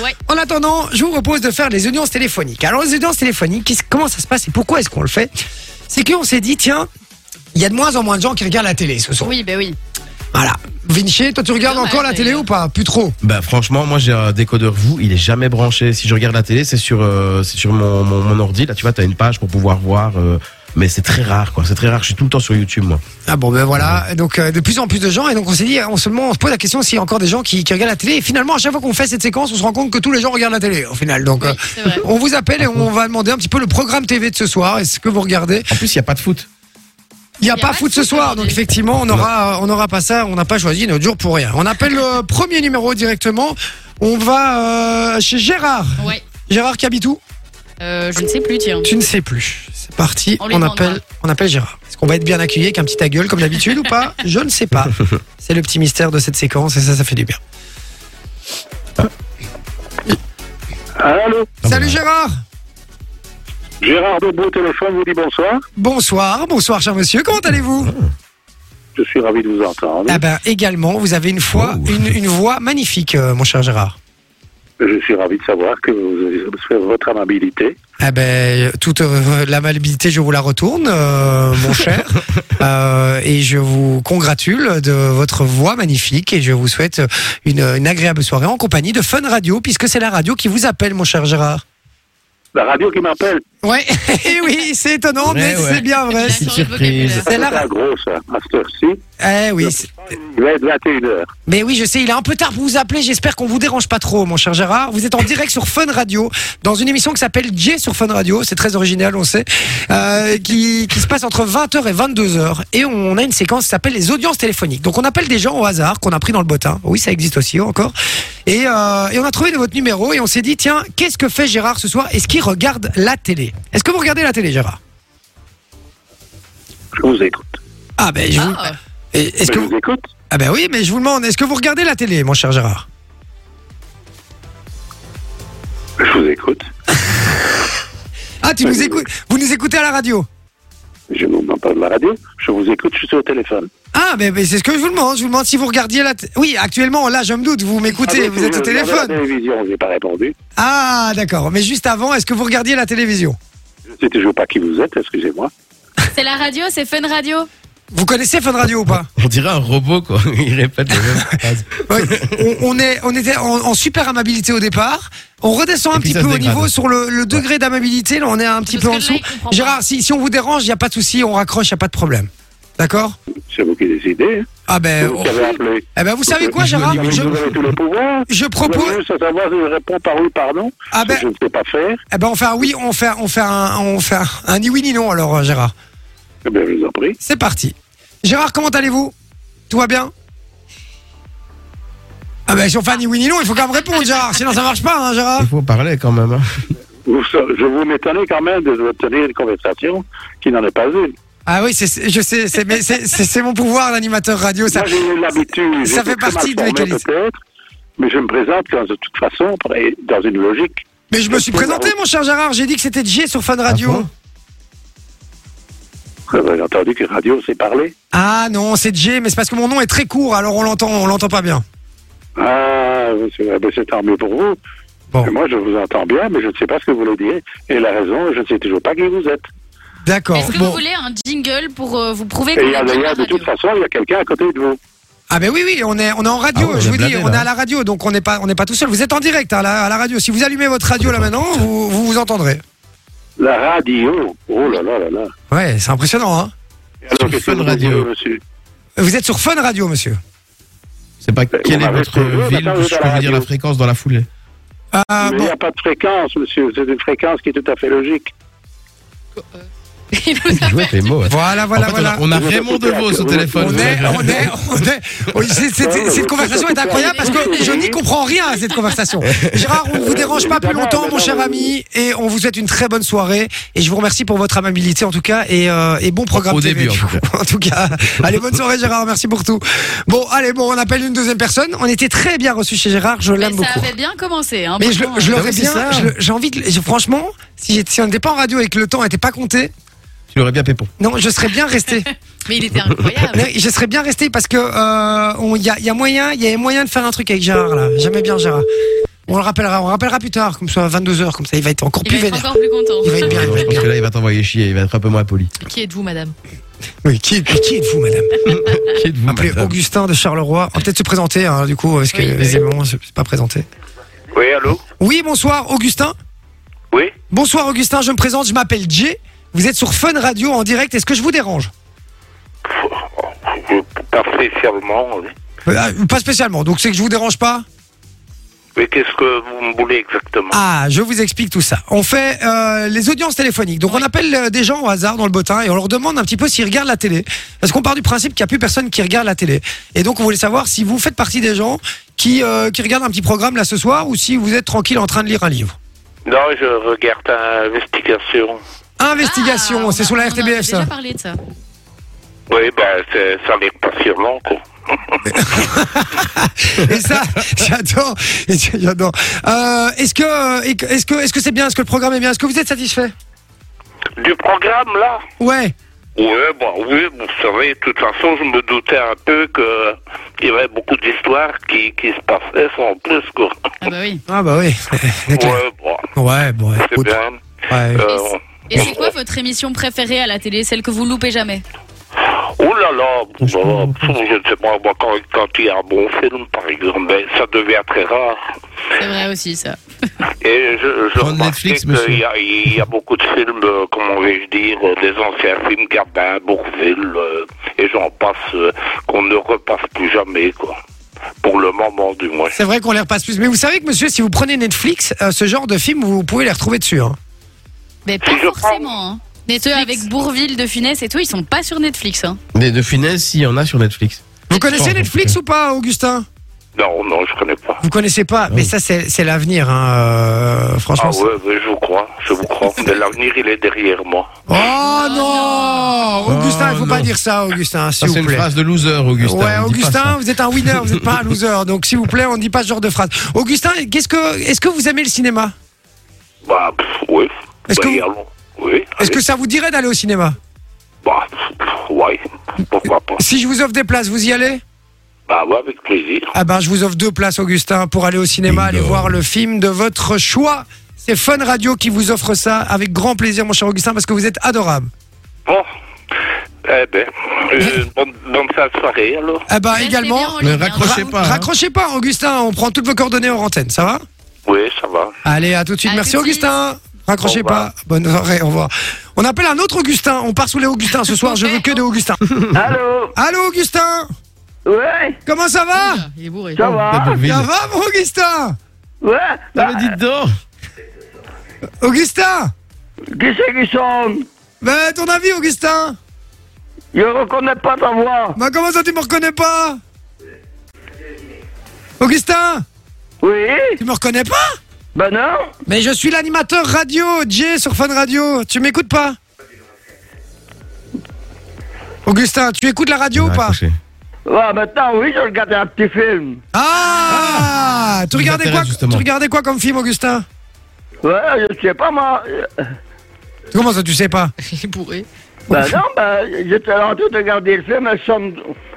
Ouais. En attendant, je vous propose de faire les audiences téléphoniques. Alors, les audiences téléphoniques, qu'est-ce- comment ça se passe et pourquoi est-ce qu'on le fait C'est qu'on s'est dit, tiens, il y a de moins en moins de gens qui regardent la télé ce soir. Oui, ben oui. Voilà. Vinci, toi, tu regardes Dommage, encore la mais- télé ou pas Plus trop. Bah franchement, moi j'ai un décodeur vous, il est jamais branché. Si je regarde la télé, c'est sur euh, c'est sur mon, mon, mon ordi. Là, tu vois, t'as une page pour pouvoir voir, euh, mais c'est très rare, quoi. C'est très rare. Je suis tout le temps sur YouTube, moi. Ah bon, ben voilà. Donc, euh, de plus en plus de gens. Et donc, on s'est dit, on se, demande- on se pose la question s'il y a encore des gens qui, qui regardent la télé. Et finalement, à chaque fois qu'on fait cette séquence, on se rend compte que tous les gens regardent la télé, au final. Donc, euh, C'est vrai. on vous appelle et on va demander un petit peu le programme TV de ce soir. Est-ce que vous regardez En plus, il y a pas de foot. Il n'y a, pas foot ce soir, donc aujourd'hui. effectivement, on aura, on aura pas ça, on n'a pas choisi notre jour pour rien. On appelle le premier numéro directement. On va euh, chez Gérard. Ouais. Gérard qui habite où Euh, je ne sais plus, tiens. Tu ne sais plus. C'est parti, On on, lui demandera. appelle, on appelle Gérard. Est-ce qu'on va être bien accueilli avec un petit ta gueule comme d'habitude ou pas Je ne sais pas. C'est le petit mystère de cette séquence et ça, ça fait du bien. Allô Salut Gérard Gérard Debout au téléphone vous dit bonsoir. Bonsoir, bonsoir cher monsieur, comment allez-vous Je suis ravi de vous entendre. Ah ben également, vous avez une, fois, Oh. une, une voix magnifique euh, mon cher Gérard. Je suis ravi de savoir que vous avez fait votre amabilité. Ah ben, toute euh, l'amabilité, je vous la retourne, euh, mon cher. Euh, et je vous congratule de votre voix magnifique et je vous souhaite une, une agréable soirée en compagnie de Fun Radio, puisque c'est la radio qui vous appelle, mon cher Gérard. La radio qui m'appelle, Ouais, eh oui, c'est étonnant, mais Ouais, ouais. Ah, c'est bien vrai. C'est Petite Sur le surprise. vocabulaire. C'est la c'est un radio. gros ça, à cette heure-ci. Eh oui. c'est- Il va être 21h. Mais oui, je sais, il est un peu tard pour vous appeler. J'espère qu'on vous dérange pas trop, mon cher Gérard. Vous êtes en direct sur Fun Radio, dans une émission qui s'appelle J sur Fun Radio. C'est très original, on sait. euh, qui, qui se passe entre 20h et 22h. Et on a une séquence qui s'appelle les audiences téléphoniques. Donc on appelle des gens au hasard qu'on a pris dans le bottin. Oui, ça existe aussi encore. Et, euh, et on a trouvé votre numéro et on s'est dit, tiens, qu'est-ce que fait Gérard ce soir Est-ce qu'il regarde la télé Est-ce que vous regardez la télé, Gérard Je vous écoute. Ah ben, je vous... Ah, Et- Est-ce Je que vous vous... écoute Ah ben oui, mais je vous demande, est-ce que vous regardez la télé, mon cher Gérard Je vous écoute. Ah, tu nous écoutes Vous nous écoutez à la radio Je ne vous pas de la radio. Je vous écoute, je suis au téléphone. Ah, mais, mais c'est ce que je vous demande. Je vous demande si vous regardiez la. t- Oui, actuellement, là, je me doute, vous m'écoutez, Ah oui, vous êtes au je regardais téléphone. La télévision, je n'ai pas répondu. Ah, d'accord. Mais juste avant, est-ce que vous regardiez la télévision Je ne sais toujours pas qui vous êtes, excusez-moi. C'est la radio, c'est Fun Radio. Vous connaissez Fun Radio ou pas On dirait un robot, quoi. Il répète les mêmes phrases. Oui. on, on est, on était en, en super amabilité au départ. On redescend un Et puis petit ça peu se au dégrade. niveau sur le, le degré d'amabilité. Là, on est un petit Parce peu que en là, dessous. il comprend pas. Gérard, si, si on vous dérange, il n'y a pas de souci, on raccroche, il n'y a pas de problème. D'accord C'est vous qui décidez. hein. Ah, ben. vous on- qui avez appelé. Eh ben, vous savez quoi, Gérard Vous avez, je, vous avez tous les pouvoirs. je Vous propose. avez juste à savoir si je réponds par oui, par non. Ah ben, Je ne sais pas faire. eh ben, on fait un oui, on fait, un- on fait un, on fait un, un ni oui ni non alors, euh, Gérard. Eh bien, je vous en prie. C'est parti. Gérard, comment allez-vous Tout va bien Ah ben si on fait un ni oui ni non, il faut quand même répondre Gérard, sinon ça marche pas hein Gérard. Il faut parler quand même. hein. Vous- je vous m'étonnez quand même de vous tenir une conversation qui n'en est pas une. Ah oui, c'est- c'est- je sais, c'est mais c'est- c'est- c'est mon pouvoir d'animateur radio ça. Moi, j'ai eu l'habitude. ça j'étais fait très mal partie de formé, mes qualités. peut-être, mais je me présente dans- de toute façon et dans une logique. Mais je me suis présenté mon cher Gérard, j'ai dit que c'était J sur Fun Ah Radio. bon Vous avez Ah, ben, entendu que radio, c'est parler. Ah non, c'est J, mais c'est parce que mon nom est très court, alors on l'entend, on l'entend pas bien. Ah, c'est ah ben, c'est tant mieux pour vous. Bon. Et Moi, je vous entends bien, mais je ne sais pas ce que vous voulez dire. Et la raison, je ne sais toujours pas qui vous êtes. D'accord. Est-ce que vous Bon. voulez un jingle pour euh, vous prouver Et qu'on il y a, est bien il y la a- de radio toute façon, il y a quelqu'un à côté de vous. Ah ben oui oui, on est on est en radio, Ah ouais, je on vous est dis, blindé, on est là. à la radio, donc on n'est pas on n'est pas tout seul. Vous êtes en direct hein, là, à la radio. Si vous allumez votre radio là maintenant, vous vous, vous entendrez. La radio. Oh là là là là. Ouais, c'est impressionnant hein. Et Alors, qu'est-ce que Fun vous Radio. voulez, monsieur Vous êtes sur Fun Radio, monsieur. C'est pas quelle est m'avez votre trouvé, ville, maintenant, vous je êtes à peux la vous dire la radio. fréquence dans la foulée. Ah, Mais il bon. n'y a pas de fréquence, monsieur. C'est une fréquence qui est tout à fait logique. Il nous a Jouer tes mots. hein. Voilà, voilà, En fait, on a- voilà. On a Vous êtes Raymond occupé à- Devos au vous- téléphone. On vous est, avez on raison. est, on est. oui, c'est- c'est- c'est- cette conversation est incroyable parce que je n'y comprends rien à cette conversation. Gérard, on ne vous dérange pas plus longtemps, mon cher ami, et on vous souhaite une très bonne soirée. Et je vous remercie pour votre amabilité en tout cas et, euh, et bon programme. Au TV, début, en du tout coup. En tout cas, allez, bonne soirée, Gérard. Merci pour tout. Bon, allez, bon, on appelle une deuxième personne. On était très bien reçus chez Gérard. Je l'aime Mais ça beaucoup. avait bien commencé. Hein, Mais je, franchement, je hein. l'aurais Ah oui, c'est bien. ça. je le- J'ai envie de. je- franchement, si, j'étais- si on n'était pas en radio et que le temps n'était pas compté, Tu l'aurais bien pépon. non, je serais bien resté. Mais il était incroyable. Mais je serais bien resté parce que euh, on- il y, a, il y a moyen, il y a moyen de faire un truc avec Gérard là. J'aimais bien Gérard. On le rappellera, on le rappellera plus tard, comme ça à 22h, comme ça il va être encore Il plus va être vénère. encore plus content. Il va être bien, il Non, va je être pense bien. que là, il va t'envoyer chier, il va être un peu moins poli. Qui êtes-vous, madame Oui, qui, Ah, qui êtes-vous, madame Qui êtes-vous, Appelez madame Augustin de Charleroi. On va peut-être se présenter, hein, du coup, parce que Oui. visiblement, c'est pas présenté. Oui, allô Oui, bonsoir, Augustin. Oui Bonsoir, Augustin, je me présente, je m'appelle Jay. Vous êtes sur Fun Radio en direct, est-ce que je vous dérange Je- Pas spécialement. oui. Euh, Pas spécialement, donc c'est que je vous dérange pas Mais qu'est-ce que vous me voulez exactement Ah, je vous explique tout ça. On fait euh, les audiences téléphoniques. Donc on appelle euh, des gens au hasard dans le bottin et on leur demande un petit peu s'ils regardent la télé. Parce qu'on part du principe qu'il n'y a plus personne qui regarde la télé. Et donc on voulait savoir si vous faites partie des gens qui, euh, qui regardent un petit programme là ce soir ou si vous êtes tranquille en train de lire un livre. Non, je regarde l'investigation. Investigation, Ah, c'est on a- sur la on en avait RTBF ça. déjà parlé de ça. Oui, ben, c'est- ça n'est pas sûrement, quoi. Et ça, j'adore, et j'adore. Euh, Est-ce que, euh, est-ce que, est-ce que c'est bien, est-ce que le programme est bien, est-ce que vous êtes satisfait Du programme, là Ouais. Ouais, bon, oui, vous savez, de toute façon, je me doutais un peu que il y avait beaucoup d'histoires qui, qui se passaient sans plus, quoi. Ah bah oui. Ah bah oui. C'est clair. Ouais, bon, Ouais, bon, c'est écoute, bien. ouais. Euh, Et c'est quoi votre émission préférée à la télé, celle que vous loupez jamais oh là là, bon, je ne sais pas, moi, quand, quand il y a un bon film, par exemple, ben, ça devient très rare. C'est vrai aussi ça. Et je, je Prendre remarquais Netflix, qu'il monsieur. y, a- il y a beaucoup de films, euh, comment vais-je dire, euh, des anciens films, Gardin, Bourville, euh, et j'en passe, euh, qu'on ne repasse plus jamais, quoi. Pour le moment, du moins. C'est vrai qu'on les repasse plus. Mais vous savez que, monsieur, si vous prenez Netflix, euh, ce genre de film, vous pouvez les retrouver dessus. hein. Mais pas je prends- forcément. hein. Mais ceux avec Bourville, De Funès et tout, ils sont pas sur Netflix. Hein. Mais de finesse, il y en a sur Netflix. Vous connaissez Pardon, Netflix ok. ou pas, Augustin Non, non, je connais pas. Vous connaissez pas, mais oui. ça, c'est c'est l'avenir, hein, euh, Ah franchement. c'est- ouais, ouais, je vous crois, je vous crois. Mais l'avenir, il est derrière moi. Oh Oh non Augustin, il faut Oh pas non. dire ça, Augustin, Ça, s'il c'est vous une plaît. phrase de loser, Augustin. ouais, on dit pas ça. Augustin, vous êtes un winner, vous n'êtes pas un loser. Donc, s'il vous plaît, on ne dit pas ce genre de phrase. Augustin, qu'est-ce que, est-ce que vous aimez le cinéma Bah, pff, oui. Est-ce Bah, que vous- et allons. Oui. Est-ce que allez. ça vous dirait d'aller au cinéma Bah, pff, pff, ouais. Pourquoi pas Si je vous offre des places, vous y allez Bah, ouais, avec plaisir. Ah ben, je vous offre deux places, Augustin, pour aller au cinéma, Bingo. aller voir le film de votre choix. C'est Fun Radio qui vous offre ça avec grand plaisir, mon cher Augustin, parce que vous êtes adorable. Bon. Eh ben, euh, bonne, bonne fin de soirée, alors. Ah ben, Restez également, bien en Mais ligne, hein. raccrochez pas. hein. raccrochez pas, Augustin, on prend toutes vos coordonnées en antenne, ça va Oui, ça va. Allez, à tout de suite. À Merci, tout de Augustin. Raccrochez Au revoir. pas. Bonne soirée, au revoir. On appelle un autre Augustin. On part sous les Augustins ce soir. Je veux que des Augustins. Allô Allô, Augustin Ouais, Comment ça va Oula, Il est bourré. ça va Bourvil. Ça va, mon Augustin Ouais Ah, bah, mais dites donc Augustin Qui c'est qui sonne Ben, ton avis, Augustin Je reconnais pas ta voix. Ben, comment ça, tu me reconnais pas Augustin Oui Tu me reconnais pas Ben non Mais je suis l'animateur radio, Jay sur Fun Radio. Tu m'écoutes pas Augustin, tu écoutes la radio ou pas Raccroché. Ouais, maintenant, oui, je regardais un petit film. Ah, tu Vous regardais quoi intéresse, justement. Tu regardais quoi comme film, Augustin Ouais, je sais pas, moi. euh, Comment ça, tu sais pas Il est bourré. Ben non, ben, j'étais là en train de regarder le film, elle sonne.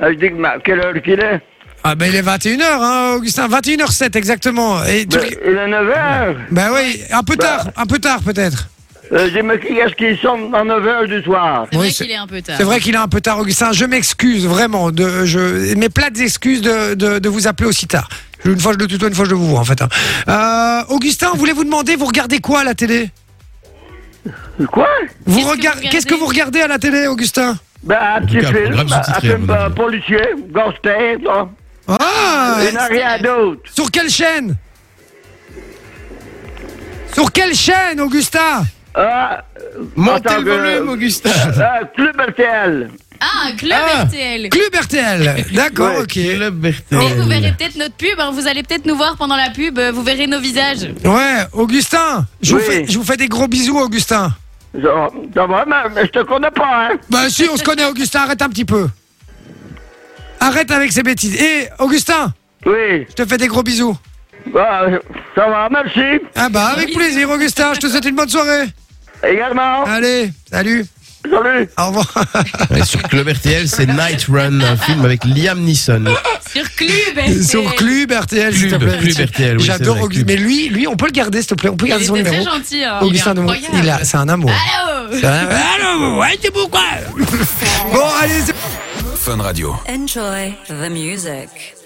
Euh, Je dis, mais quelle heure qu'il est Ah ben il est 21h, hein, Augustin, 21h07 exactement. Et tu... ben, Il est 9h. Ben oui, un peu bah. tard, un peu tard peut-être. Euh, Je dis, mais qui est-ce qui sonne à 9h du soir C'est Oui, vrai c'est- qu'il est un peu tard. C'est vrai qu'il est un peu tard, Augustin. Je m'excuse vraiment de je mes plates excuses de, de, de vous appeler aussi tard. Une fois je le tutoie, une fois je le vous vois en fait. hein. Euh, Augustin, on voulait vous demander, vous regardez quoi à la télé Quoi Vous Qu'est-ce que regardez vous qu'est-ce que vous regardez à la télé, Augustin Ben, un tout petit cas, un film, programme un sous-titré, à film mon avis. euh, policier, gangster, là. Ah Il n'y a rien d'autre. Sur quelle chaîne Sur quelle chaîne, Augustin Ah, Montez Attends, le volume, euh, Augustin euh, Club RTL. Ah, Club Ah. RTL. Club RTL. D'accord, Ouais, ok. Le Bertel. Mais Euh. vous verrez peut-être notre pub, hein, vous allez peut-être nous voir pendant la pub, euh, vous verrez nos visages. Ouais, Augustin, je, Oui. vous fais, je vous fais des gros bisous, Augustin. Ça ça va, mais, mais je te connais pas, hein. Bah si, on se connaît, Augustin, arrête un petit peu. Arrête avec ces bêtises. Et Augustin, Oui. je te fais des gros bisous. Bah, ça va, merci. Ah bah avec plaisir, Augustin, je te souhaite une bonne soirée. Également. Allez, salut. Salut Au revoir. Et sur Club RTL, c'est Night Run, un film avec Liam Neeson. Sur Club. et- Sur Club, RTL, s'il te Club, plaît. Club RTL, oui, c'est J'adore vrai, Augustin. Club. Mais lui, lui, on peut le garder, s'il te plaît. On peut Il garder son était très numéro. gentil. hein. Il est Augustin, nous- incroyable. Ah. il a, c'est un amour. Ah, Allô C'est un- Allô, ouais, c'est pourquoi Bon, allez, c'est Fun Radio. Enjoy the music.